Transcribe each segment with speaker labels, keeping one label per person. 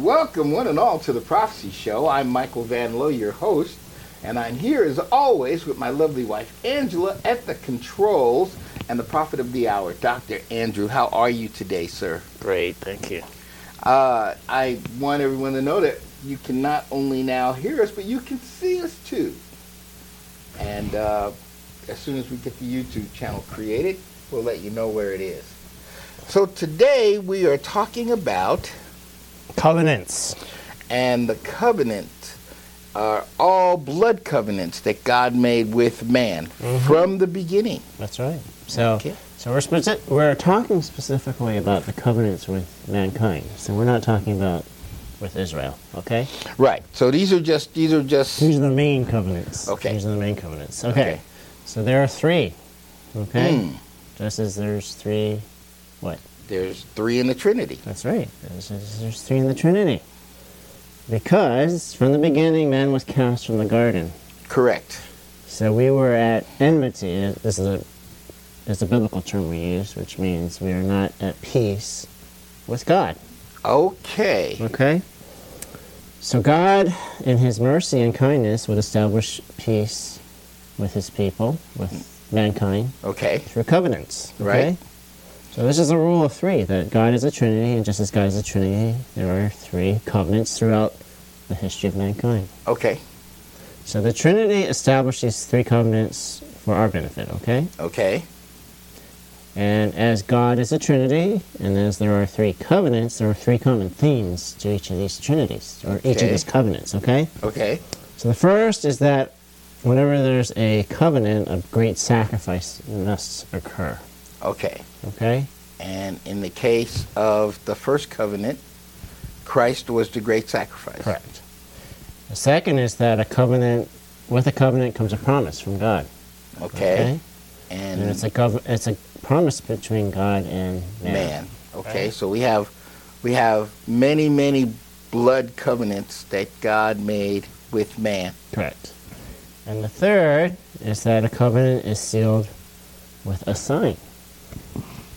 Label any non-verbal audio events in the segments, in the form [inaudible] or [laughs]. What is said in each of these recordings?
Speaker 1: Welcome, one and all, to the Prophecy Show. I'm Michael Van Lowe, your host, and I'm here as always with my lovely wife Angela at the controls and the prophet of the hour, Dr. Andrew. How are you today, sir?
Speaker 2: Great, thank you.
Speaker 1: Uh, I want everyone to know that you can not only now hear us, but you can see us too. And uh, as soon as we get the YouTube channel created, we'll let you know where it is. So today we are talking about
Speaker 3: Covenants.
Speaker 1: and the covenant are all blood covenants that God made with man
Speaker 3: Mm-hmm.
Speaker 1: from the beginning.
Speaker 3: That's right. So,
Speaker 1: Okay.
Speaker 3: so we're speci- we're talking specifically about the covenants with mankind. So we're not talking about with Israel. Okay.
Speaker 1: Right. So these are just these are just
Speaker 3: These are the main covenants.
Speaker 1: Okay.
Speaker 3: These are the main covenants. Okay.
Speaker 1: Okay.
Speaker 3: So there are three. Okay.
Speaker 2: Hmm.
Speaker 1: Mm.
Speaker 3: Just as there's three. What?
Speaker 1: there's three in the Trinity.
Speaker 3: That's right. There's, there's three in the Trinity. Because from the beginning, man was cast from the garden.
Speaker 1: Correct.
Speaker 3: So we were at enmity. This is a, it's a biblical term we use, which means we are not at peace with God.
Speaker 1: Okay.
Speaker 3: Okay? So God, in His mercy and kindness, would establish peace with His people, with mankind,
Speaker 1: Okay.
Speaker 3: through covenants. Okay?
Speaker 1: Right.
Speaker 3: So this is a rule of three that God is a Trinity, and just as God is a Trinity, there are three covenants throughout the history of mankind.
Speaker 1: Okay.
Speaker 3: So the Trinity established these three covenants for our benefit, okay?
Speaker 1: Okay.
Speaker 3: And as God is a Trinity, and as there are three covenants, there are three common themes to each of these Trinities, or each
Speaker 1: Okay.
Speaker 3: of these covenants, okay?
Speaker 1: Okay.
Speaker 3: So the first is that whenever there's a covenant, a great sacrifice must occur,
Speaker 1: Okay.
Speaker 3: okay?
Speaker 1: And in the case of the first covenant, Christ was the great sacrifice.
Speaker 3: Correct. The second is that a covenant, with a covenant comes a promise from God,
Speaker 1: Okay.
Speaker 3: okay?
Speaker 1: And,
Speaker 3: And, it's, a gov- it's a promise between God and man.
Speaker 1: man. Okay.
Speaker 3: Right.
Speaker 1: So we have we have many many blood covenants that God made with man.
Speaker 3: Correct. And the third is that a covenant is sealed with a sign.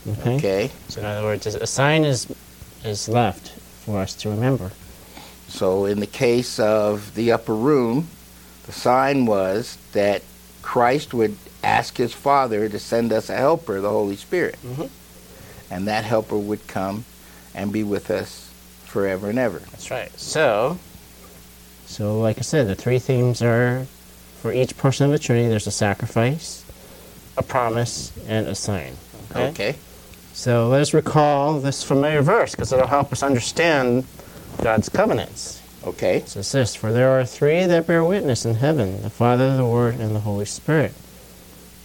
Speaker 3: Okay.
Speaker 1: Okay.
Speaker 3: So in other words, a sign is is left for us to remember.
Speaker 1: So in the case of the upper room, the sign was that Christ would ask his Father to send us a helper, the Holy Spirit.
Speaker 3: Mhm.
Speaker 1: And that helper would come and be with us forever and ever.
Speaker 3: That's right. So. So, like I said, the three themes are for each person of the Trinity. There's a sacrifice, a promise, and a sign. Okay.
Speaker 1: Okay.
Speaker 3: So let's recall this familiar verse because it'll help us understand God's covenants.
Speaker 1: Okay.
Speaker 3: It says this For there are three that bear witness in heaven the Father, the Word, and the Holy Spirit.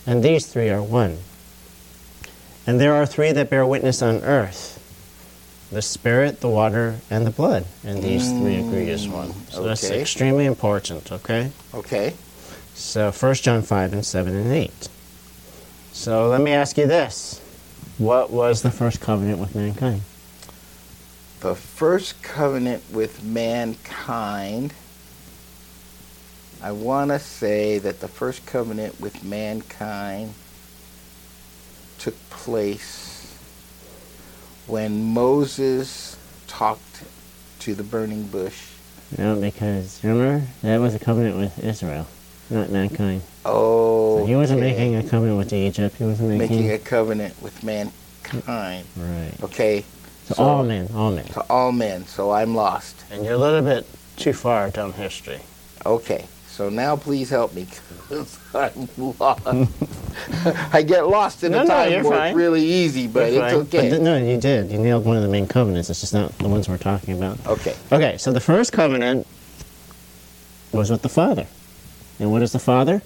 Speaker 3: And these three are one. And there are three that bear witness on earth the Spirit, the water, and the blood. And these three agree as one. So that's
Speaker 1: okay.
Speaker 3: extremely important, okay?
Speaker 1: Okay.
Speaker 3: So 1 John 5 and 7 and 8. So let me ask you this What was the first covenant with mankind?
Speaker 1: The first covenant with mankind. I want to say that the first covenant with mankind took place when Moses talked to the burning bush.
Speaker 3: No, because remember, that was a covenant with Israel, not mankind.
Speaker 1: Oh,
Speaker 3: He wasn't making a covenant with Egypt. He wasn't making,
Speaker 1: making a covenant with mankind.
Speaker 3: right.
Speaker 1: Okay,
Speaker 3: So,
Speaker 1: So-
Speaker 3: all men, all men.
Speaker 1: to all men, so I'm lost.
Speaker 3: And you're a little bit too far down history.
Speaker 1: Okay, so now please help me 'cause [laughs] I'm lost. [laughs] I get lost in
Speaker 3: No,
Speaker 1: the
Speaker 3: no,
Speaker 1: time
Speaker 3: you're
Speaker 1: warp
Speaker 3: fine.
Speaker 1: really easy, but
Speaker 3: You're
Speaker 1: it's
Speaker 3: fine.
Speaker 1: okay.
Speaker 3: But th- no, you did. You nailed one of the main covenants. It's just not the ones we're talking about.
Speaker 1: okay,
Speaker 3: Okay, so the first covenant was with the Father. And what is the Father?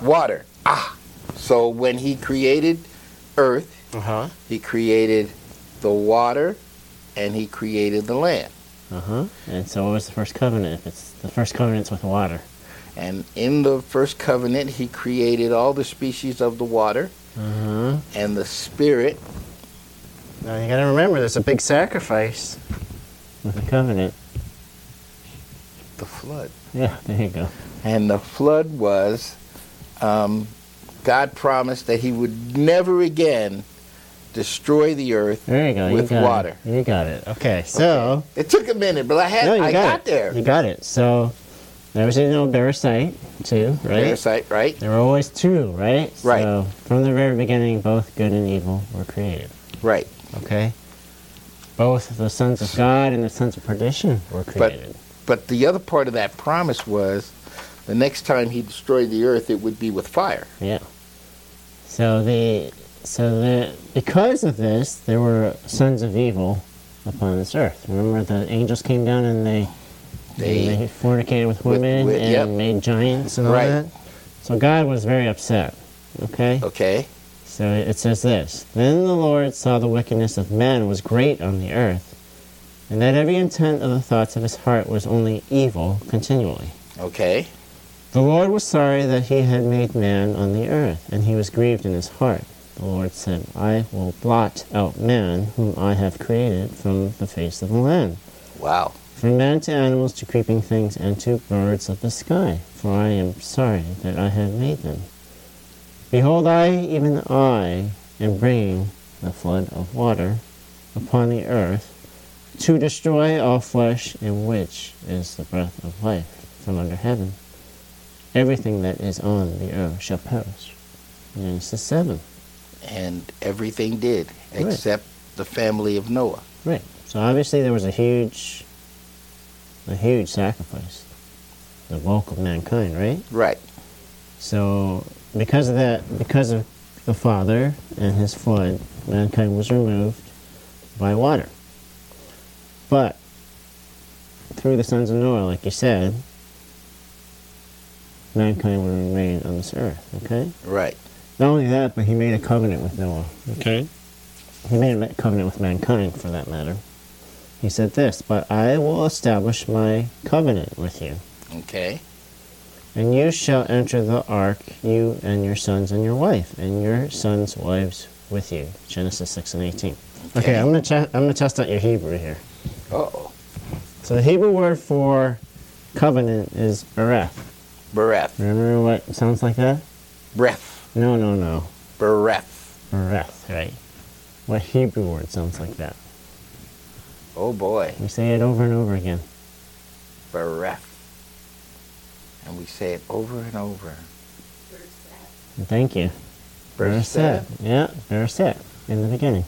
Speaker 1: water. Ah, so when he created Earth,
Speaker 3: Uh huh.
Speaker 1: he created the water, and he created the land.
Speaker 3: Uh huh. And so what was the first covenant? If it's the first covenant's with water.
Speaker 1: And in the first covenant, he created all the species of the water
Speaker 3: Uh huh.
Speaker 1: and the spirit.
Speaker 3: Now you gotta remember, there's a big sacrifice with a covenant.
Speaker 1: The flood.
Speaker 3: Yeah, there you go.
Speaker 1: And the flood was um, God promised that He would never again destroy the earth.
Speaker 3: There you go.
Speaker 1: With
Speaker 3: you got
Speaker 1: water.
Speaker 3: It. You got it. Okay. So
Speaker 1: It took a minute, but I had
Speaker 3: no, you
Speaker 1: I
Speaker 3: got,
Speaker 1: got,
Speaker 3: it.
Speaker 1: there.
Speaker 3: You got it. So there was an old parasite too, right?
Speaker 1: Parasite, right?
Speaker 3: There were always two, right?
Speaker 1: Right.
Speaker 3: So from the very beginning, both good and evil were created.
Speaker 1: Right.
Speaker 3: Okay. Both the sons of God and the sons of perdition were created.
Speaker 1: But the other part of that promise was the next time he destroyed the earth, it would be with fire.
Speaker 3: yeah. So the so the because of this, there were sons of evil upon this earth. Remember, the angels came down and they
Speaker 1: They-
Speaker 3: they, fornicated with women
Speaker 1: with-
Speaker 3: and
Speaker 1: yep.
Speaker 3: made giants and
Speaker 1: Right.
Speaker 3: all that. So God was very upset. Okay.
Speaker 1: Okay.
Speaker 3: So it says this Then the Lord saw the wickedness of man was great on the earth, and that every intent of the thoughts of his heart was only evil continually.
Speaker 1: Okay.
Speaker 3: The Lord was sorry that he had made man on the earth, and he was grieved in his heart. The Lord said, I will blot out man, whom I have created, from the face of the land,
Speaker 1: Wow.
Speaker 3: from man to animals to creeping things and to birds of the sky, for I am sorry that I have made them. Behold, I, even I, am bringing the flood of water upon the earth to destroy all flesh in which is the breath of life from under heaven. Everything that is on the earth shall perish. Genesis 7.
Speaker 1: And everything did
Speaker 3: Right.
Speaker 1: except the family of Noah.
Speaker 3: Right. So obviously there was a huge, a huge sacrifice. The bulk of mankind, right?
Speaker 1: Right.
Speaker 3: So because of that, because of the Father and his flood, mankind was removed by water. But through the sons of Noah, like you said, mankind would remain on this earth, okay?
Speaker 1: Right.
Speaker 3: Not only that, but he made a covenant with Noah. Okay. He made a ma- covenant with mankind, for that matter. He said this, but I will establish my covenant with you,
Speaker 1: Okay.
Speaker 3: and you shall enter the ark, you and your sons and your wife, and your sons' wives with you. Genesis six and eighteen. Okay,
Speaker 1: Okay.
Speaker 3: I'm gonna che- I'm gonna test out your Hebrew here.
Speaker 1: Uh oh.
Speaker 3: So the Hebrew word for covenant is bereth.
Speaker 1: Bereth.
Speaker 3: Remember what sounds like that?
Speaker 1: Breath.
Speaker 3: No, no, no.
Speaker 1: Bereth.
Speaker 3: Bereth, right? What Hebrew word sounds like that?
Speaker 1: Oh boy.
Speaker 3: We say it over and over again.
Speaker 1: Bereth. And we say it over and over.
Speaker 3: Thank you. Berset. Yeah, Berset in the beginning.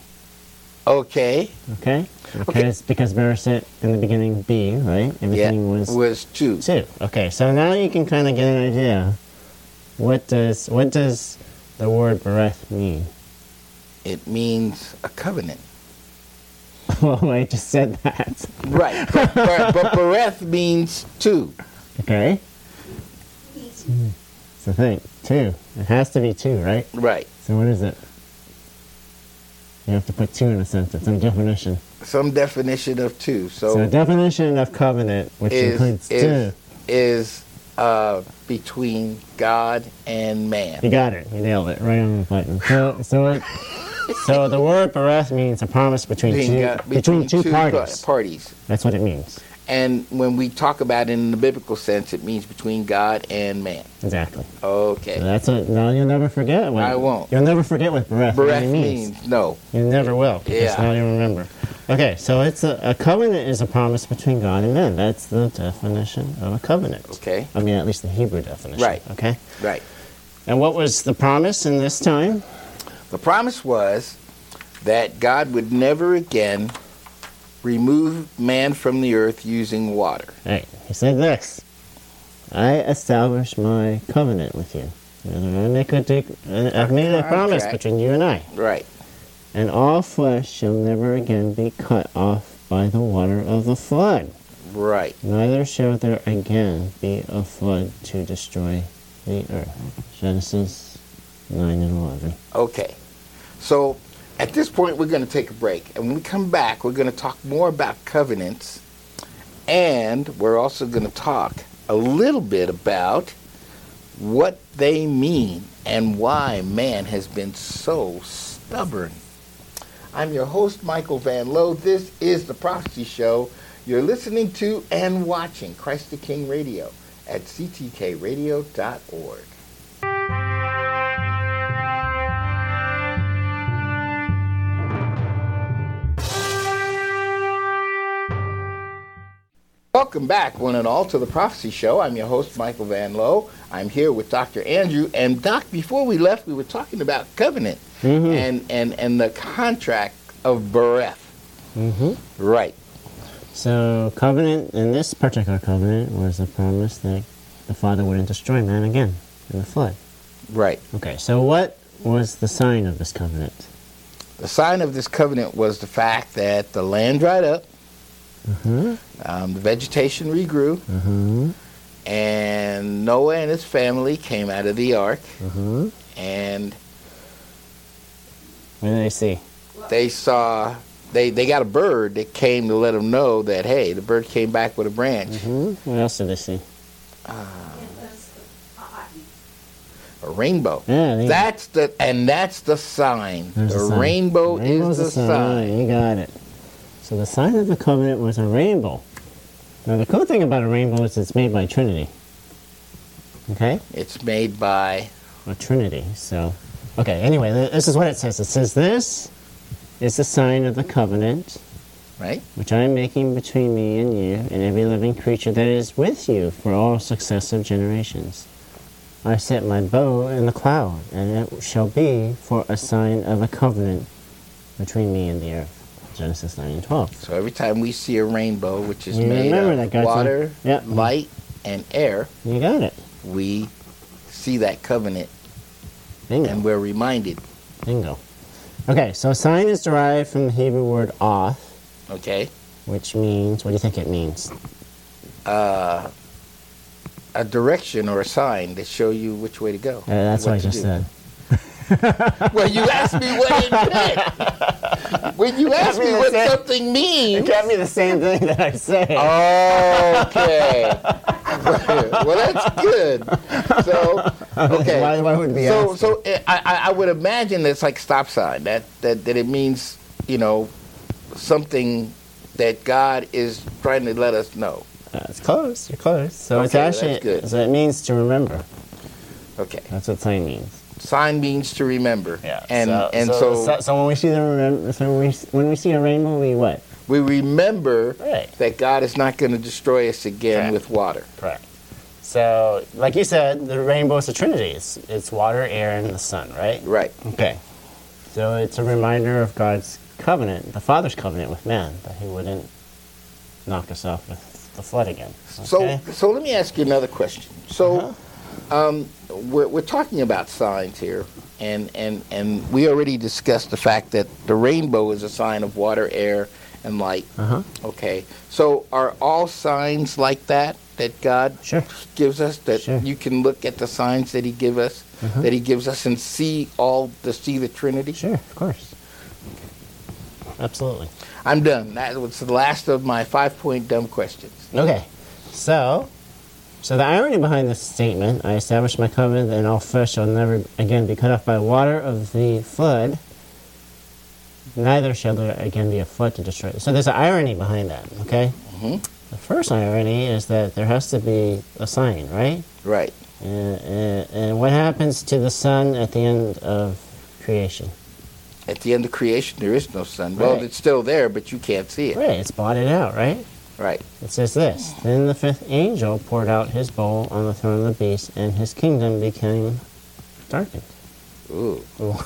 Speaker 1: Okay.
Speaker 3: Okay? Because because Berset in the beginning B, right? Everything
Speaker 1: yeah.
Speaker 3: was
Speaker 1: was two.
Speaker 3: two. Okay, so now you can kinda get an idea. What does what does the word bereth mean? [laughs]
Speaker 1: It means a covenant.
Speaker 3: well I just said that.
Speaker 1: Right. But, but, but Bereth means two.
Speaker 3: Okay? It's a thing. Two. It has to be two, right?
Speaker 1: Right.
Speaker 3: So what is it? You have to put two in a sentence, in definition.
Speaker 1: Some definition of two. So,
Speaker 3: So, the definition of covenant, which
Speaker 1: is
Speaker 3: includes
Speaker 1: is,
Speaker 3: two.
Speaker 1: is uh, between God and man.
Speaker 3: You got it. You nailed it. Right on the button. So, so,
Speaker 1: [laughs]
Speaker 3: it, so the word "barath" means a promise between, two,
Speaker 1: God-
Speaker 3: between, two,
Speaker 1: par-
Speaker 3: parties.
Speaker 1: parties.
Speaker 3: That's what it means.
Speaker 1: And when we talk about it in the biblical sense, it means between God and man.
Speaker 3: Exactly. So
Speaker 1: Okay.
Speaker 3: that's what. Now you'll never forget. What,
Speaker 1: I won't.
Speaker 3: You'll never forget what "barath"
Speaker 1: Bereth
Speaker 3: really means.
Speaker 1: means no.
Speaker 3: You never will. Because
Speaker 1: Yeah.
Speaker 3: now you remember. Okay, so it's a, a covenant is a promise between God and man. That's the definition of a covenant.
Speaker 1: Okay.
Speaker 3: I mean, at least the Hebrew definition.
Speaker 1: Right.
Speaker 3: Okay.
Speaker 1: Right.
Speaker 3: And what was the promise in this time?
Speaker 1: The promise was that God would never again remove man from the earth using water.
Speaker 3: Right. He said this I establish my covenant with you. And I make a dig- and I've made a promise
Speaker 1: contract.
Speaker 3: between you and I.
Speaker 1: Right.
Speaker 3: And all flesh shall never again be cut off by the water of the flood.
Speaker 1: Right.
Speaker 3: Neither shall there again be a flood to destroy the earth. Genesis 9 and 11.
Speaker 1: Okay. So at this point, we're going to take a break. And when we come back, we're going to talk more about covenants. And we're also going to talk a little bit about what they mean and why man has been so stubborn. I'm your host, Michael Van Lowe. This is The Prophecy Show. You're listening to and watching Christ the King Radio at ctkradio.org. Welcome back, one and all, to the Prophecy Show. I'm your host, Michael Van Lowe. I'm here with Dr. Andrew. And, Doc, before we left, we were talking about covenant
Speaker 3: Mhm.
Speaker 1: and, and, and the contract of Bereth.
Speaker 3: hmm
Speaker 1: Right.
Speaker 3: So, covenant, in this particular covenant, was the promise that the Father wouldn't destroy man again in the flood.
Speaker 1: Right.
Speaker 3: Okay, so what was the sign of this covenant?
Speaker 1: The sign of this covenant was the fact that the land dried up,
Speaker 3: Uh-huh.
Speaker 1: um, the vegetation regrew, mm-hmm,
Speaker 3: Uh-huh.
Speaker 1: and Noah and his family came out of the ark, mm-hmm.
Speaker 3: Uh-huh.
Speaker 1: and
Speaker 3: What did they see?
Speaker 1: they saw they, they got a bird that came to let them know that hey, the bird came back with a branch,
Speaker 3: Uh-huh.
Speaker 1: Mm-hmm.
Speaker 3: What else did they see?
Speaker 1: a rainbow.
Speaker 3: Yeah, they,
Speaker 1: That's the and that's the sign.
Speaker 3: There's
Speaker 1: the
Speaker 3: the sign.
Speaker 1: rainbow
Speaker 3: Rainbow's
Speaker 1: is the
Speaker 3: a sign.
Speaker 1: sign.
Speaker 3: You got it. So the sign of the covenant was a rainbow. Now the cool thing about a rainbow is it's made by Trinity. Okay,
Speaker 1: It's made by
Speaker 3: a Trinity. So, okay. Anyway, th- this is what it says. It says this is the sign of the covenant
Speaker 1: right
Speaker 3: which I am making between me and you and every living creature that is with you for all successive generations. I set my bow in the cloud, and it shall be for a sign of a covenant between me and the earth. Genesis 9 and 12.
Speaker 1: So every time we see a rainbow, which is
Speaker 3: You
Speaker 1: made
Speaker 3: remember
Speaker 1: of
Speaker 3: that, gotcha.
Speaker 1: water,
Speaker 3: Yeah.
Speaker 1: light, and air,
Speaker 3: You got it.
Speaker 1: we see that covenant and
Speaker 3: Bingo.
Speaker 1: we're reminded,
Speaker 3: Bingo. Okay, so sign is derived from the Hebrew word oth,
Speaker 1: okay,
Speaker 3: which means, what do you think it means?
Speaker 1: uh, a direction or a sign that show you which way to go.
Speaker 3: Uh, that's what, I
Speaker 1: to
Speaker 3: just
Speaker 1: do.
Speaker 3: said.
Speaker 1: Well, you asked me what
Speaker 3: [laughs]
Speaker 1: it meant. when you asked me
Speaker 3: mean,
Speaker 1: what
Speaker 3: that's it.
Speaker 1: something means.
Speaker 3: got me the same thing that I said.
Speaker 1: Oh, Okay.
Speaker 3: [laughs]
Speaker 1: well, that's good. So, okay.
Speaker 3: Why- why would we
Speaker 1: so,
Speaker 3: ask
Speaker 1: so eh, I, I- I would imagine it's like stop sign. That, that that it means you know something that God is trying to let us know.
Speaker 3: That's close. You're close. So it's
Speaker 1: Okay, that's
Speaker 3: actually
Speaker 1: good.
Speaker 3: so it means to remember.
Speaker 1: Okay.
Speaker 3: That's what sign means.
Speaker 1: Sign means to remember. And and so,
Speaker 3: so, so when we see the remember, so when we when we see a rainbow, we what?
Speaker 1: we remember
Speaker 3: Right.
Speaker 1: that God is not going to destroy us again
Speaker 3: Correct.
Speaker 1: with water.
Speaker 3: Correct. So like you said, the rainbow is a trinity. It's, it's water, air, and the sun, right?
Speaker 1: Right.
Speaker 3: Okay. So it's a reminder of God's covenant, the Father's covenant with man, that He wouldn't knock us off with the flood again.
Speaker 1: So,
Speaker 3: okay? Uh-huh.
Speaker 1: so let me ask you another question. So, um, we're, we're talking about signs here, and, and, and we already discussed the fact that the rainbow is a sign of water, air, and light.
Speaker 3: Uh-huh.
Speaker 1: Okay. So, are all signs like that that God
Speaker 3: Sure.
Speaker 1: gives us? That
Speaker 3: Sure.
Speaker 1: you can look at the signs that He give us, that He gives us, and see all the see the Trinity.
Speaker 3: Sure. Of course. Absolutely.
Speaker 1: I'm done. That was the last of my five point dumb questions.
Speaker 3: Okay, so, so the irony behind this statement, I established my covenant that all flesh shall never again be cut off by water of the flood. Neither shall there again be a flood to destroy. So there's an irony behind that. Okay.
Speaker 1: Mhm.
Speaker 3: The first irony is that there has to be a sign, right?
Speaker 1: Right.
Speaker 3: And, and, and what happens to the sun at the end of creation?
Speaker 1: At the end of creation, there is no sun. Well,
Speaker 3: Right.
Speaker 1: it's still there, but you can't see it.
Speaker 3: Right, it's blotted out, right?
Speaker 1: Right.
Speaker 3: It says this Then the fifth angel poured out his bowl on the throne of the beast, and his kingdom became darkened.
Speaker 1: Ooh.
Speaker 3: [laughs]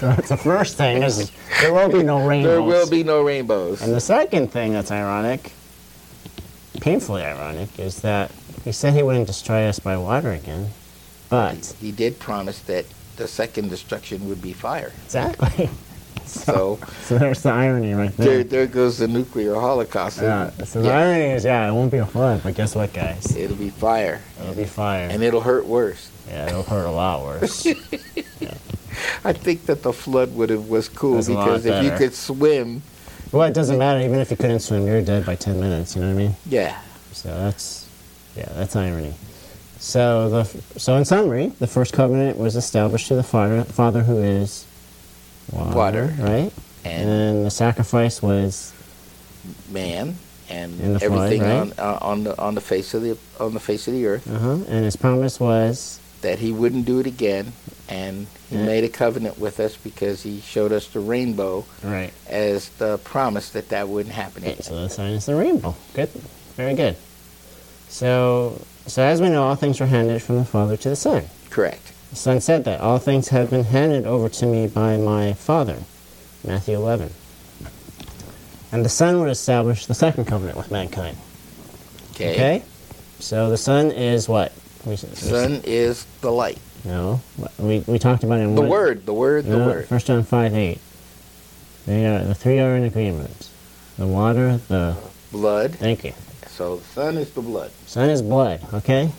Speaker 3: That's the first thing is there will be no rainbows.
Speaker 1: There will be no rainbows.
Speaker 3: And the second thing that's ironic, painfully ironic, is that he said he wouldn't destroy us by water again, but
Speaker 1: He did promise that the second destruction would be [laughs] fire.
Speaker 3: exactly.
Speaker 1: So
Speaker 3: [laughs] So there's the irony right
Speaker 1: there,
Speaker 3: there.
Speaker 1: there goes the nuclear holocaust.
Speaker 3: Yeah. So the
Speaker 1: Yeah,
Speaker 3: irony is, yeah, it won't be a flood, but guess what, guys?
Speaker 1: It'll be fire,
Speaker 3: It'll be fire.
Speaker 1: and it'll hurt worse.
Speaker 3: yeah, it'll hurt a lot [laughs] worse.
Speaker 1: I think that the flood would have was cool
Speaker 3: That's a lot
Speaker 1: because if you
Speaker 3: better.
Speaker 1: could swim,
Speaker 3: Well, it doesn't matter. Even if you couldn't swim, you're dead by 10 minutes. You know what I mean?
Speaker 1: yeah,
Speaker 3: So that's, yeah, that's irony. So the so in summary, the first covenant was established to the Father, Father who is water,
Speaker 1: Water.
Speaker 3: right? And
Speaker 1: and
Speaker 3: then the sacrifice was
Speaker 1: man and
Speaker 3: And the flood,
Speaker 1: everything on
Speaker 3: right?
Speaker 1: uh, on the on the face of the on the face of the earth
Speaker 3: uh and his promise was
Speaker 1: that he wouldn't do it again, and he
Speaker 3: Yeah.
Speaker 1: made a covenant with us because he showed us the rainbow
Speaker 3: right.
Speaker 1: as the promise that that wouldn't happen again.
Speaker 3: So the sign is the rainbow. Good, Very good. So, so as we know, all things were handed from the Father to the Son.
Speaker 1: Correct.
Speaker 3: The Son said that all things have been handed over to me by my Father, Matthew 11. And the Son would establish the second covenant with mankind.
Speaker 1: Okay.
Speaker 3: Okay. So the Son is what? We, s- we s-
Speaker 1: Sun is the light.
Speaker 3: No, we, we talked about it in
Speaker 1: The
Speaker 3: one-
Speaker 1: word, the word, the
Speaker 3: No,
Speaker 1: word.
Speaker 3: First John five eight. They are the three are in agreement. The water, the
Speaker 1: Blood.
Speaker 3: thank you.
Speaker 1: So the sun is the blood.
Speaker 3: Son is blood. Okay.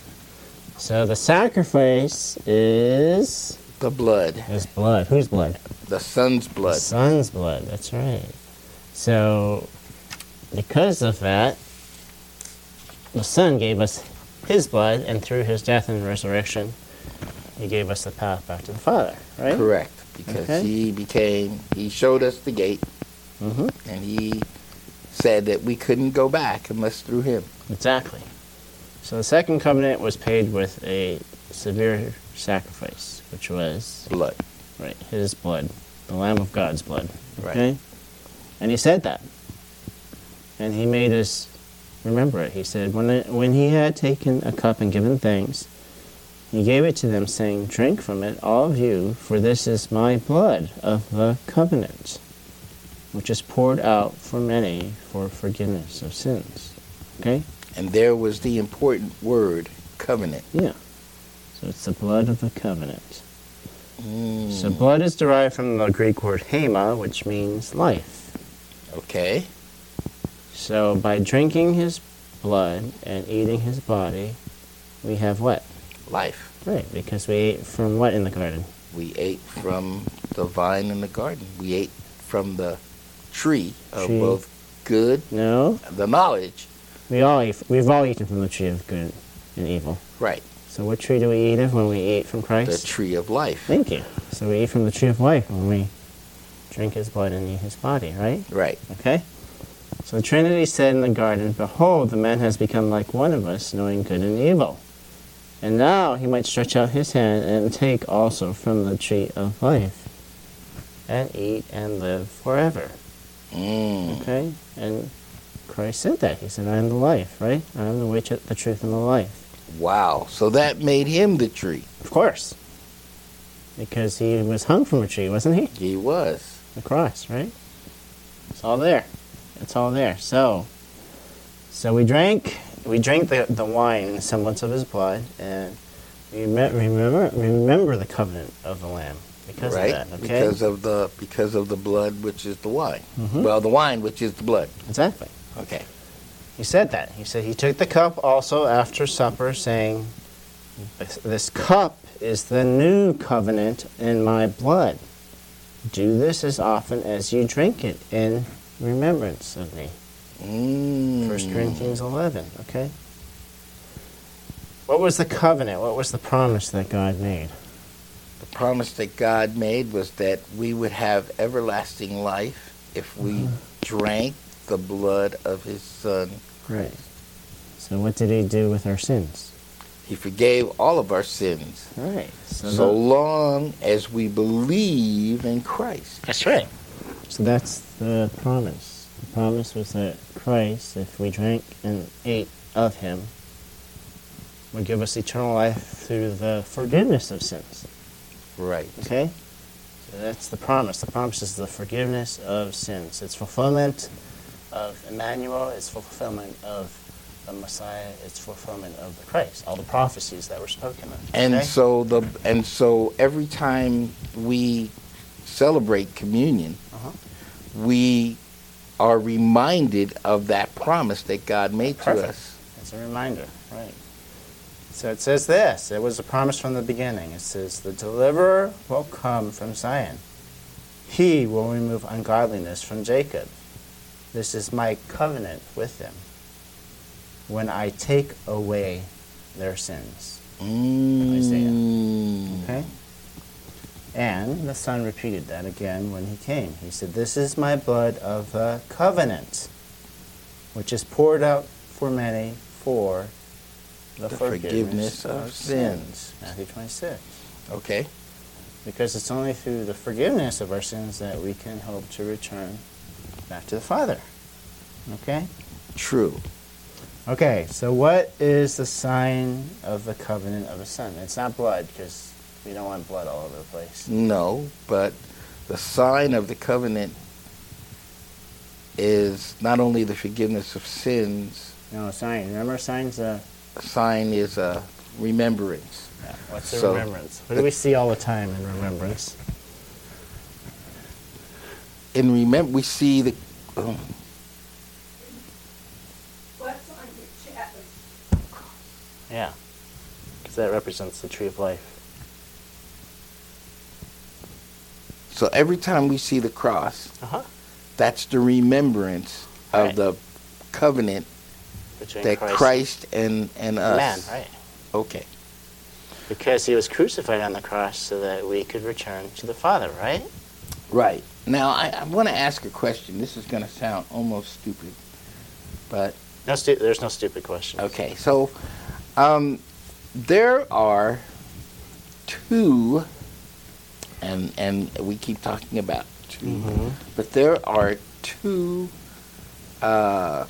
Speaker 3: So the sacrifice is
Speaker 1: The blood.
Speaker 3: is blood. Whose blood?
Speaker 1: The sun's
Speaker 3: The
Speaker 1: blood.
Speaker 3: Son's blood. That's right. So because of that, the Son gave us His blood, and through His death and resurrection, He gave us the path back to the Father. Right.
Speaker 1: Correct. Because
Speaker 3: Okay.
Speaker 1: he became, he showed us the gate
Speaker 3: Mm-hmm.
Speaker 1: and he said that we couldn't go back unless through him.
Speaker 3: Exactly. So the second covenant was paid with a severe sacrifice, which was
Speaker 1: Blood.
Speaker 3: right his blood, the Lamb of God's blood.
Speaker 1: Right.
Speaker 3: Okay? And he said that. And he made us remember it. He said, when, it, when he had taken a cup and given thanks, he gave it to them, saying, Drink from it, all of you, for this is my blood of the covenant, which is poured out for many for forgiveness of sins. Okay?
Speaker 1: And there was the important word, covenant.
Speaker 3: Yeah. So it's the blood of the covenant.
Speaker 1: Mm,
Speaker 3: So blood is derived from the Greek word hema, which means life.
Speaker 1: okay.
Speaker 3: So by drinking his blood and eating his body, we have what?
Speaker 1: Life.
Speaker 3: Right, because we ate from what in the garden?
Speaker 1: We ate from the vine in the garden. We ate from the tree of
Speaker 3: Tree.
Speaker 1: both good,
Speaker 3: No,
Speaker 1: the knowledge.
Speaker 3: we all eat, we've all eaten from the tree of good and evil.
Speaker 1: Right.
Speaker 3: So what tree do we eat of when we eat from
Speaker 1: The
Speaker 3: Christ?
Speaker 1: tree of life.
Speaker 3: Thank you. So we eat from the tree of life when we drink his blood and eat his body, right?
Speaker 1: Right.
Speaker 3: Okay? So the Trinity said in the garden, Behold, the man has become like one of us, knowing good and evil. And now he might stretch out his hand and take also from the tree of life, and eat and live forever.
Speaker 1: Mm.
Speaker 3: Okay? And Christ said that. He said, I am the life, right? I am the way, tr- the truth, and the life.
Speaker 1: Wow. So that made him the tree.
Speaker 3: Of course. Because he was hung from a tree, wasn't he?
Speaker 1: He was.
Speaker 3: the cross, right? It's all there. It's all there. So, so we drank, we drank the, the wine, the semblance of his blood, and we me- remember remember the covenant of the Lamb because
Speaker 1: right?
Speaker 3: of that. Okay,
Speaker 1: Because of the because of the blood which is the wine.
Speaker 3: Mhm.
Speaker 1: Well, the wine which is the blood.
Speaker 3: exactly.
Speaker 1: Okay.
Speaker 3: He said that. He said he took the cup also after supper, saying, "This- "This cup is the new covenant in my blood. Do this as often as you drink it in remembrance of me."
Speaker 1: Mm.
Speaker 3: 1 Corinthians 11, okay? What was the covenant? What was the promise that God made?
Speaker 1: The promise that God made was that we would have everlasting life if we
Speaker 3: Mm-hmm.
Speaker 1: drank the blood of his son.
Speaker 3: Right. So, what did He do with our sins?
Speaker 1: He forgave all of our sins
Speaker 3: Right. So,
Speaker 1: so long as we believe in Christ.
Speaker 3: that's right. So, that's the promise. The promise was that Christ, if we drank and ate of Him, would give us eternal life through the forgiveness of sins.
Speaker 1: Right.
Speaker 3: Okay? So that's the promise. The promise is the forgiveness of sins. It's fulfillment of Emmanuel, it's fulfillment of the Messiah, it's fulfillment of the Christ. All the prophecies that were spoken of.
Speaker 1: And
Speaker 3: okay?
Speaker 1: so the and so every time we celebrate communion,
Speaker 3: Uh-huh.
Speaker 1: we are reminded of that promise that God made to
Speaker 3: Perfect.
Speaker 1: us.
Speaker 3: It's a reminder, right? So it says this it was a promise from the beginning. It says, The deliverer will come from Zion, he will remove ungodliness from Jacob. This is my covenant with them when I take away their sins.
Speaker 1: Mm.
Speaker 3: Okay? And the son repeated that again when he came. He said, This is my blood of the covenant, which is poured out for many for the,
Speaker 1: The
Speaker 3: forgiveness,
Speaker 1: forgiveness of
Speaker 3: of
Speaker 1: sins."
Speaker 3: sins. Matthew 26.
Speaker 1: Okay.
Speaker 3: Because it's only through the forgiveness of our sins that we can hope to return back to the Father. Okay?
Speaker 1: True.
Speaker 3: Okay, so what is the sign of the covenant of the Son? It's not blood, because we don't want blood all over the place.
Speaker 1: No, but the sign of the covenant is not only the forgiveness of sins,
Speaker 3: No, sign. Remember, sign's uh, a.
Speaker 1: a sign is a remembrance.
Speaker 3: What's the
Speaker 1: So-
Speaker 3: remembrance? What do we see all the time in remembrance?
Speaker 1: In remember, we see the. oh,
Speaker 2: What's on your chest?
Speaker 3: Yeah. Because that represents the tree of life.
Speaker 1: so every time we see the cross,
Speaker 3: Uh huh.
Speaker 1: that's the remembrance
Speaker 3: Right.
Speaker 1: of the covenant
Speaker 3: Between
Speaker 1: that
Speaker 3: Christ,
Speaker 1: Christ, and and
Speaker 3: and
Speaker 1: us.
Speaker 3: man, right?
Speaker 1: Okay.
Speaker 3: Because he was crucified on the cross so that we could return to the Father, right?
Speaker 1: Right. Now, I, I want to ask a question. This is going to sound almost stupid, but
Speaker 3: No, stu- there's no stupid question.
Speaker 1: okay. So, um, there are two, and and we keep talking about 2
Speaker 3: Mhm.
Speaker 1: but there are two uh,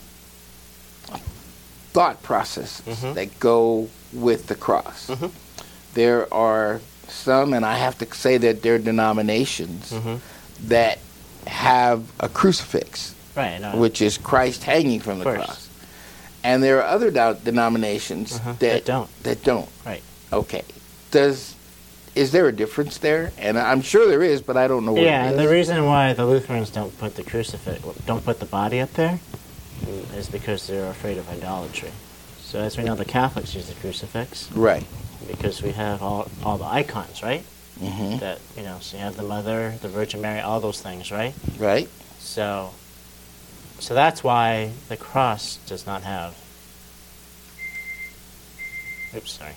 Speaker 1: thought processes
Speaker 3: Mhm.
Speaker 1: that go with the cross.
Speaker 3: Mhm.
Speaker 1: There are some, and I have to say that they're denominations
Speaker 3: Mhm.
Speaker 1: that have a crucifix,
Speaker 3: Right. No,
Speaker 1: which is Christ hanging from the
Speaker 3: Uh-huh. Of course.
Speaker 1: cross. And there are other do- denominations
Speaker 3: Uh-huh,
Speaker 1: that,
Speaker 3: that don't.
Speaker 1: That don't.
Speaker 3: Right.
Speaker 1: Okay. Does is there a difference there? And I'm sure there is, but I don't know. What it
Speaker 3: Yeah, and
Speaker 1: is.
Speaker 3: the reason why the Lutherans don't put the crucifix, don't put the body up there, is because they're afraid of idolatry. So as we know, the Catholics use the crucifix
Speaker 1: right.
Speaker 3: because we have all all the icons, right?
Speaker 1: hmm
Speaker 3: That you know, so you have the Mother, the Virgin Mary, all those things, right?
Speaker 1: Right.
Speaker 3: So, so that's why the cross does not have. Oops, sorry.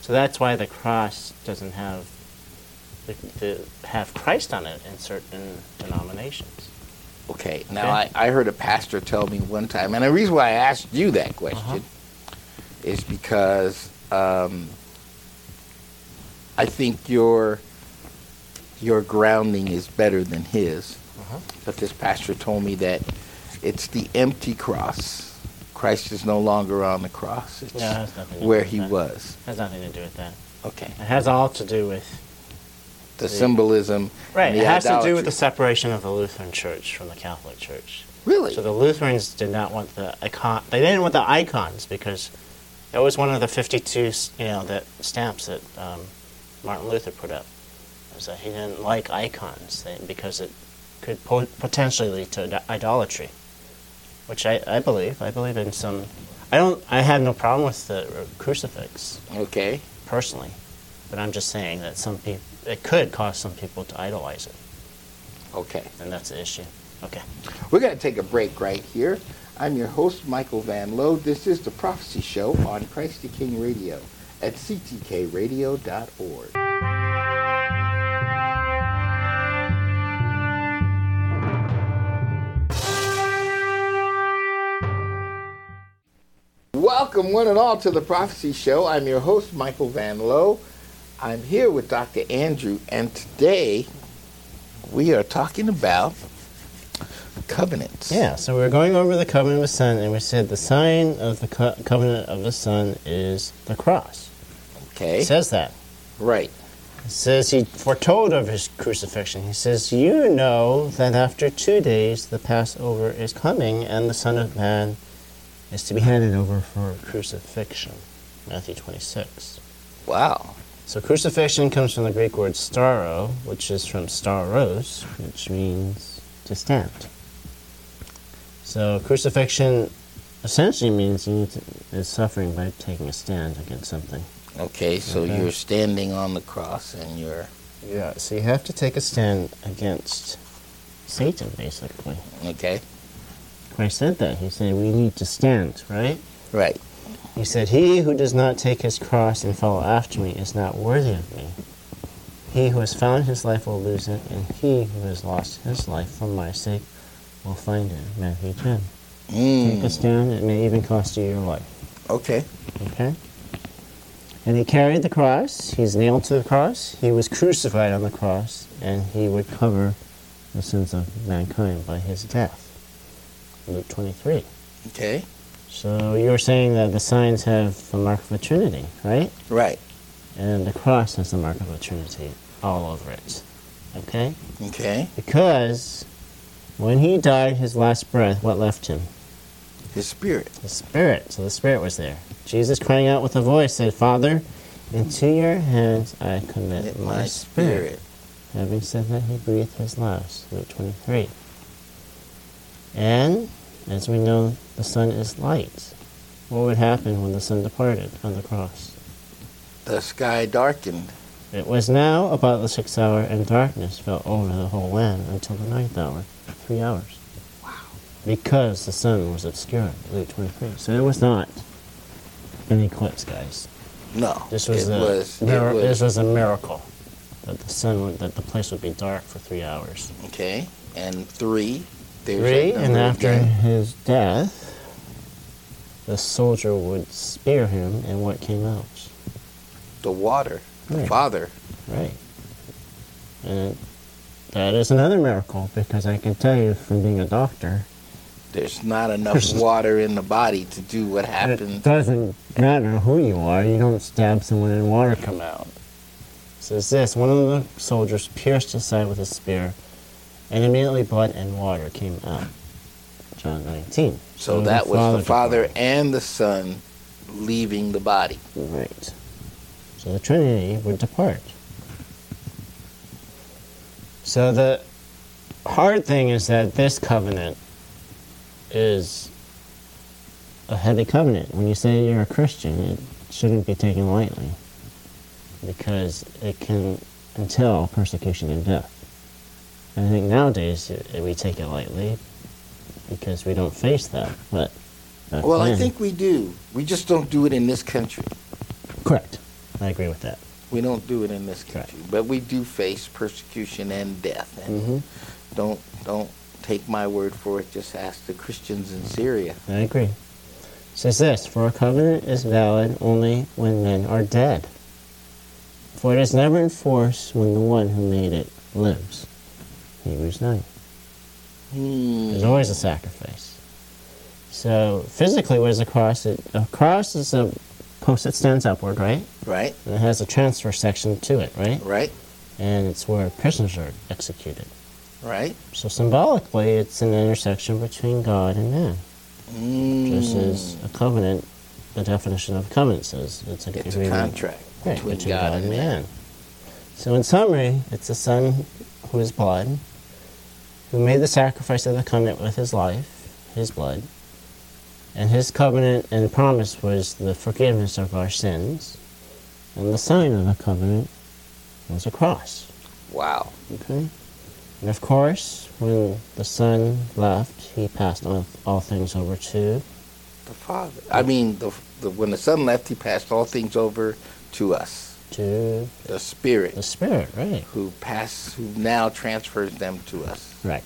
Speaker 3: So that's why the cross doesn't have the, the have Christ on it in certain denominations.
Speaker 1: Okay. Now I, I heard a pastor tell me one time, and the reason why I asked you that question
Speaker 3: Uh-huh.
Speaker 1: is because um, I think your your grounding is better than his.
Speaker 3: Uh-huh.
Speaker 1: But this pastor told me that it's the empty cross. Christ is no longer on the cross. It's
Speaker 3: No, it has nothing to do
Speaker 1: where
Speaker 3: with
Speaker 1: he
Speaker 3: that.
Speaker 1: was.
Speaker 3: Has nothing to do with that.
Speaker 1: Okay.
Speaker 3: It has all to do with
Speaker 1: The symbolism.
Speaker 3: right.
Speaker 1: and
Speaker 3: It
Speaker 1: the
Speaker 3: has to do
Speaker 1: idolatry.
Speaker 3: with the separation of the Lutheran Church from the Catholic Church.
Speaker 1: Really?
Speaker 3: So the Lutherans did not want the icon. They didn't want the icons because that was one of the fifty-two, s- you know, that stamps that um, Martin Luther put up. Was that he didn't like icons they, because it could po- potentially lead to id- idolatry, which I, I believe. I believe in some. I don't. I have no problem with the uh, crucifix
Speaker 1: okay.
Speaker 3: personally, but I'm just saying that some people it could cause some people to idolize it,
Speaker 1: Okay.
Speaker 3: and that's the issue. Okay.
Speaker 1: We're going to take a break right here. I'm your host, Michael Van Lode. This is the Prophecy Show on Christ the King Radio at ctkradio.org. Welcome, one and all, to the Prophecy Show. I'm your host, Michael Van Lowe. I'm here with Dr. Andrew, and today we are talking about covenants.
Speaker 3: Yeah, so we are going over the covenant of the Son, and we said the sign of the co- covenant of the Son is the cross.
Speaker 1: Okay.
Speaker 3: It says that.
Speaker 1: Right.
Speaker 3: It says he foretold of his crucifixion. He says, You know that after two days the Passover is coming, and the Son of Man is to be handed over for crucifixion. Matthew 26.
Speaker 1: Wow.
Speaker 3: So crucifixion comes from the Greek word staro, which is from staros, which means to stamp. So crucifixion essentially means you need to, is suffering by taking a stand against something.
Speaker 1: Okay, so
Speaker 3: Okay.
Speaker 1: you're standing on the cross and you're
Speaker 3: Yeah. So you have to take a stand against Satan, basically.
Speaker 1: okay.
Speaker 3: Christ said that. He said we need to stand, right?
Speaker 1: Right.
Speaker 3: He said, He who does not take his cross and follow after me is not worthy of me. He who has found his life will lose it, and he who has lost his life for my sake will find it. Matthew 10. Take a
Speaker 1: Mm.
Speaker 3: stand, it may even cost you your life.
Speaker 1: Okay.
Speaker 3: Okay? And he carried the cross, he's nailed to the cross, he was crucified on the cross, and he would cover the sins of mankind by his death. Luke 23.
Speaker 1: Okay.
Speaker 3: So you're saying that the signs have the mark of the Trinity, right?
Speaker 1: Right.
Speaker 3: And the cross has the mark of the Trinity all over it. Okay?
Speaker 1: Okay.
Speaker 3: Because when he died his last breath, what left him?
Speaker 1: His spirit.
Speaker 3: The Spirit. So the Spirit was there. Jesus crying out with a voice said, Father, into your hands I commit my, spirit. Having said that, he breathed his last. Luke 23. And, as we know, the sun is light. What would happen when the sun departed on the cross?
Speaker 1: The sky darkened.
Speaker 3: It was now about the sixth hour, and darkness fell over the whole land until the ninth hour, three hours. Wow. Because the sun was obscured, Luke 23. So it was not an eclipse, guys.
Speaker 1: No.
Speaker 3: This was,
Speaker 1: it
Speaker 3: a,
Speaker 1: was.
Speaker 3: mir-
Speaker 1: it was.
Speaker 3: This was a miracle that the sun would, that the place would be dark for three hours.
Speaker 1: Okay. And three. There's
Speaker 3: Three,
Speaker 1: that
Speaker 3: and
Speaker 1: number
Speaker 3: after
Speaker 1: again.
Speaker 3: his death, the soldier would spear him, and what came out?
Speaker 1: the water, the
Speaker 3: Right.
Speaker 1: Father.
Speaker 3: Right. And that is another miracle because I can tell you from being a doctor,
Speaker 1: There's not enough water in the body to do what
Speaker 3: it
Speaker 1: happened.
Speaker 3: doesn't matter who you are, you don't stab someone and water come out. So it's this one of the soldiers pierced his side with a spear, and immediately blood and water came out. John 19.
Speaker 1: So that was the Father
Speaker 3: departed.
Speaker 1: and the Son leaving the body.
Speaker 3: Right. So the Trinity would depart. So the hard thing is that this covenant is a heavy covenant. When you say you're a Christian, it shouldn't be taken lightly because it can entail persecution and death. And I think nowadays uh, we take it lightly because we don't face that. But uh, back
Speaker 1: Well, I
Speaker 3: then-
Speaker 1: think we do. We just don't do it in this country.
Speaker 3: correct. I agree with that.
Speaker 1: We don't do it in this country, but we do face persecution and death. And
Speaker 3: Mhm.
Speaker 1: don't don't take my word for it. Just ask the Christians in Syria.
Speaker 3: I agree. It says this For a covenant is valid only when men are dead. For it is never in force when the one who made it lives. Hebrews 9. There's
Speaker 1: Hmm.
Speaker 3: always a sacrifice. So, physically, what is a cross? It, a cross is a post that stands upward, right?
Speaker 1: Right,
Speaker 3: And it has a transfer section to it, right?
Speaker 1: right,
Speaker 3: And it's where prisoners are executed.
Speaker 1: right.
Speaker 3: So, symbolically, it's an intersection between God and man.
Speaker 1: Hmm.
Speaker 3: Just as a covenant, the definition of covenant says it's an
Speaker 1: It's a
Speaker 3: agreement
Speaker 1: contract
Speaker 3: right,
Speaker 1: between God and man.
Speaker 3: So, in summary, it's the Son who is blood, who made the sacrifice of the covenant with his life, his blood, and his covenant and promise was the forgiveness of our sins, and the sign of the covenant was a cross.
Speaker 1: Wow.
Speaker 3: Okay. And of course, when the son left, he passed all, all things over to
Speaker 1: The Father. I mean, the, the when the Son left, He passed all things over to us.
Speaker 3: to
Speaker 1: The Spirit,
Speaker 3: the spirit, right?
Speaker 1: who pass, who now transfers them to us.
Speaker 3: Right.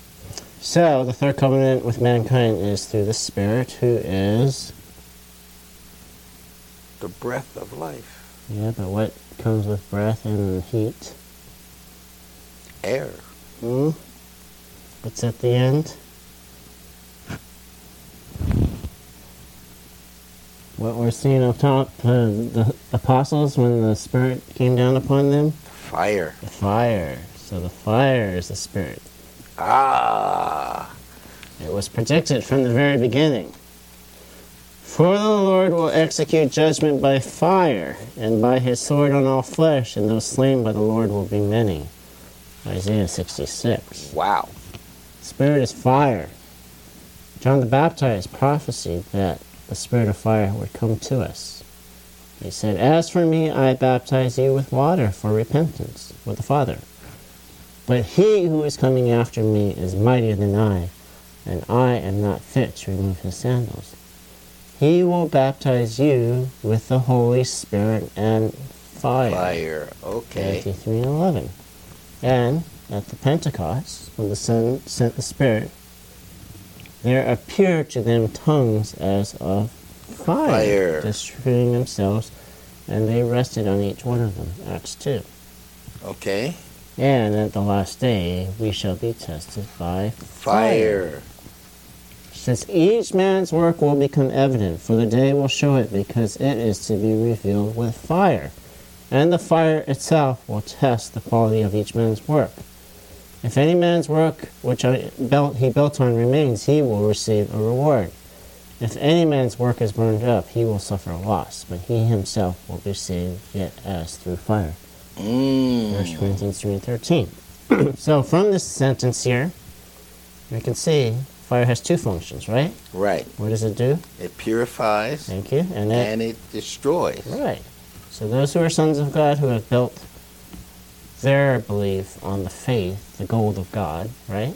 Speaker 3: So the third covenant with mankind is through the spirit, who is
Speaker 1: The breath of life,
Speaker 3: yeah. But what comes with breath and heat?
Speaker 1: air,
Speaker 3: Hmm. What's at the end? What we're seeing up top, uh, the apostles when the spirit came down upon them.
Speaker 1: fire.
Speaker 3: The fire. So the fire is the spirit.
Speaker 1: Ah,
Speaker 3: It was predicted from the very beginning. For the Lord will execute judgment by fire, and by his sword on all flesh, and those slain by the Lord will be many. Isaiah 66.
Speaker 1: wow.
Speaker 3: Spirit is fire. John the Baptist prophesied that the spirit of fire would come to us. He said, As for me, I baptize you with water for repentance with the Father. But he who is coming after me is mightier than I, and I am not fit to remove his sandals. He will baptize you with the Holy Spirit and fire.
Speaker 1: Fire. Okay.
Speaker 3: 23 and 11. And at the Pentecost, when the Son sent the Spirit, there appeared to them tongues as of fire,
Speaker 1: Fire.
Speaker 3: distributing themselves, and they rested on each one of them. Acts 2.
Speaker 1: Okay.
Speaker 3: And at the last day, we shall be tested by
Speaker 1: Fire.
Speaker 3: Since each man's work will become evident, for the day will show it, because it is to be revealed with fire. And the fire itself will test the quality of each man's work. If any man's work which I built, he built on remains, he will receive a reward. If any man's work is burned up, he will suffer loss, but he himself will be saved yet as through fire. First
Speaker 1: Mm.
Speaker 3: Corinthians 3 13. [clears throat] so from this sentence here, we can see fire has two functions, right?
Speaker 1: Right.
Speaker 3: What does it do?
Speaker 1: It purifies
Speaker 3: Thank you. And it
Speaker 1: and it destroys.
Speaker 3: Right. So those who are sons of God who have built their belief on the faith, the gold of God, right?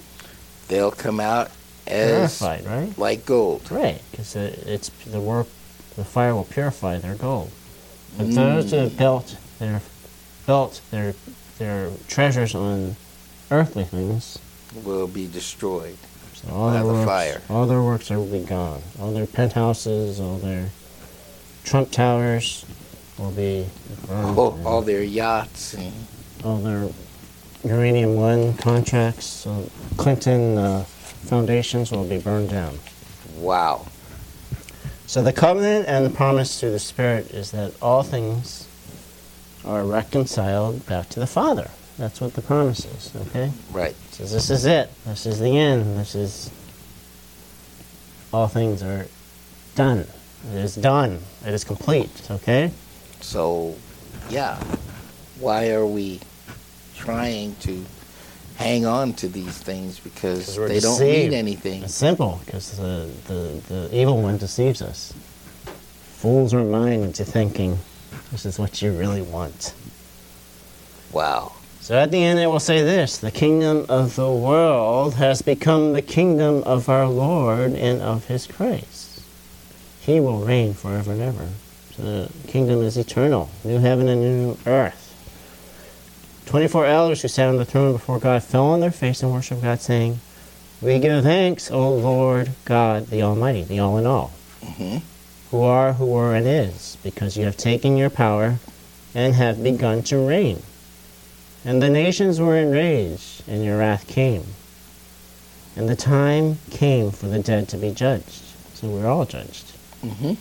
Speaker 1: They'll come out as
Speaker 3: Purified, right?
Speaker 1: like gold.
Speaker 3: Right, because it's the work, the fire will purify their gold. But those who have built their built their their treasures on earthly things,
Speaker 1: Will be destroyed.
Speaker 3: so all
Speaker 1: By
Speaker 3: their
Speaker 1: the
Speaker 3: works,
Speaker 1: fire.
Speaker 3: all their works will be gone. All their penthouses, all their Trump towers will be burned.
Speaker 1: All,
Speaker 3: and-
Speaker 1: all their yachts and
Speaker 3: all their uranium one contracts, so Clinton uh, foundations will be burned down.
Speaker 1: wow.
Speaker 3: So the covenant and the promise through the Spirit is that all things are reconciled back to the Father. That's what the promise is. Okay,
Speaker 1: Right.
Speaker 3: so this is it. This is the end. This is all things are done. It is done. It is complete. Okay.
Speaker 1: So, yeah. Why are we trying to hang on to these things? Because
Speaker 3: 'Cause we're
Speaker 1: they don't
Speaker 3: deceived.
Speaker 1: mean anything.
Speaker 3: It's simple because the, the, the evil one deceives us. Fools our mind into thinking this is what you really want.
Speaker 1: Wow.
Speaker 3: So at the end, it will say this The kingdom of the world has become the kingdom of our Lord and of his Christ. He will reign forever and ever. So the kingdom is eternal, new heaven and new earth. 24 elders who sat on the throne before God fell on their face and worshiped God, saying, We give thanks, O Lord God, the Almighty, the All in All,
Speaker 1: Mhm.
Speaker 3: who are, who were, and is, because you have taken your power and have begun to reign. And the nations were enraged, and your wrath came. And the time came for the dead to be judged. So we're all judged. Mm-hmm.
Speaker 1: Mhm.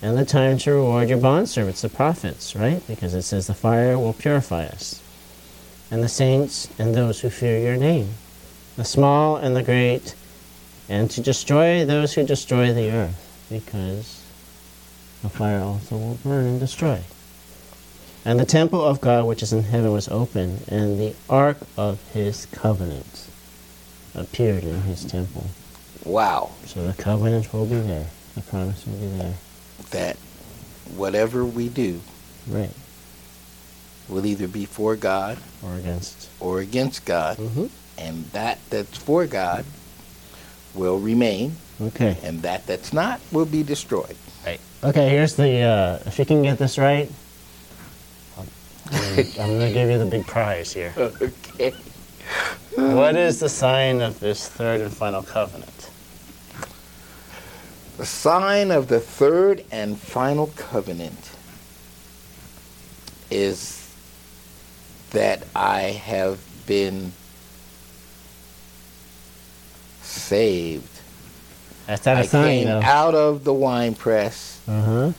Speaker 3: And the time to reward your bondservants, the prophets, right? Because it says the fire will purify us. And the saints and those who fear your name, the small and the great, and to destroy those who destroy the earth, because the fire also will burn and destroy. And the temple of God which is in heaven was opened, and the ark of his covenant appeared in his temple.
Speaker 1: Wow.
Speaker 3: So the covenant will be there, the promise will be there.
Speaker 1: That whatever we do
Speaker 3: Right.
Speaker 1: will either be for God
Speaker 3: Or against.
Speaker 1: or against God,
Speaker 3: Mm-hmm.
Speaker 1: and that that's for God will remain,
Speaker 3: Okay.
Speaker 1: and that that's not will be destroyed.
Speaker 3: Okay, here's the, uh, if you can get this right, I'm going to give you the big prize here.
Speaker 1: Okay.
Speaker 3: What is the sign of this third and final covenant?
Speaker 1: The sign of the third and final covenant is that I have been saved.
Speaker 3: That's not a
Speaker 1: I
Speaker 3: sign,
Speaker 1: came
Speaker 3: though.
Speaker 1: out of the wine press,
Speaker 3: Uh-huh.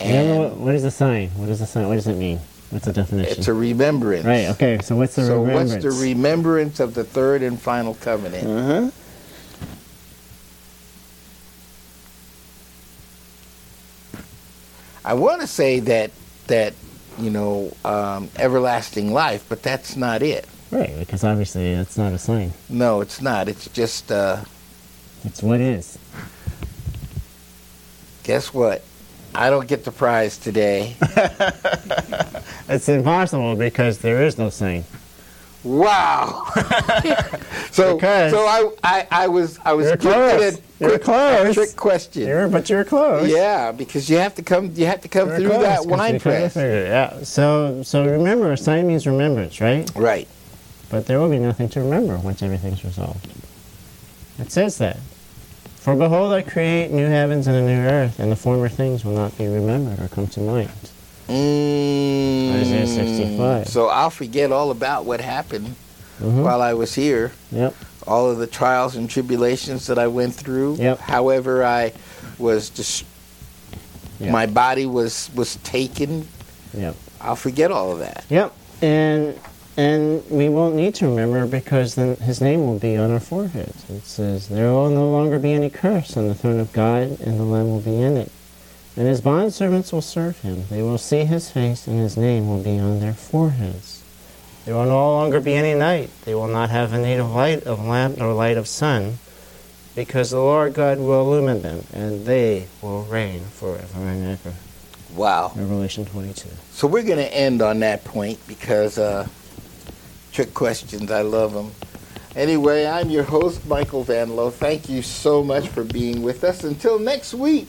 Speaker 1: and
Speaker 3: what, what is the sign? What is the sign? What does it mean? What's the definition?
Speaker 1: it's a remembrance.
Speaker 3: right, okay, so what's the
Speaker 1: so
Speaker 3: remembrance?
Speaker 1: what's the remembrance of the third and final covenant?
Speaker 3: uh-huh.
Speaker 1: I want to say that that you know um, everlasting life, but that's not it.
Speaker 3: Right, because obviously that's not a sign.
Speaker 1: No, it's not. It's just uh,
Speaker 3: It's what is.
Speaker 1: guess what? I don't get the prize
Speaker 3: [laughs]
Speaker 1: today.
Speaker 3: It's impossible because there is no sign.
Speaker 1: wow. [laughs] so
Speaker 3: Because-
Speaker 1: so I, I I was I was
Speaker 3: You're
Speaker 1: gifted
Speaker 3: close. You're close.
Speaker 1: trick question.
Speaker 3: You're, but you're close.
Speaker 1: yeah, because you have to come you have to come
Speaker 3: You're
Speaker 1: through
Speaker 3: close,
Speaker 1: that
Speaker 3: 'cause
Speaker 1: wine
Speaker 3: you couldn't [laughs]
Speaker 1: press.
Speaker 3: figure it out. So, so remember, a sign means remembrance, right?
Speaker 1: Right.
Speaker 3: But there will be nothing to remember once everything's resolved. It says that. For behold, I create new heavens and a new earth, and the former things will not be remembered or come to mind.
Speaker 1: Mm,
Speaker 3: Isaiah 65.
Speaker 1: So I'll forget all about what happened
Speaker 3: Mhm.
Speaker 1: while I was here.
Speaker 3: Yep.
Speaker 1: all of the trials and tribulations that I went through.
Speaker 3: Yep.
Speaker 1: However, I was just
Speaker 3: Yeah.
Speaker 1: my body was was taken.
Speaker 3: Yep.
Speaker 1: I'll forget all of that.
Speaker 3: Yep. And and we won't need to remember because then his name will be on our foreheads. It says, There will no longer be any curse on the throne of God, and the Lamb will be in it. And his bondservants will serve him. They will see his face, and his name will be on their foreheads. There will no longer be any night. They will not have a need of light of lamp nor light of sun, because the Lord God will illumine them, and they will reign forever and ever.
Speaker 1: Wow.
Speaker 3: Revelation 22.
Speaker 1: So we're going to end on that point because uh, trick questions, I love them. Anyway, I'm your host, Michael Van Lowe. Thank you so much for being with us. Until next week,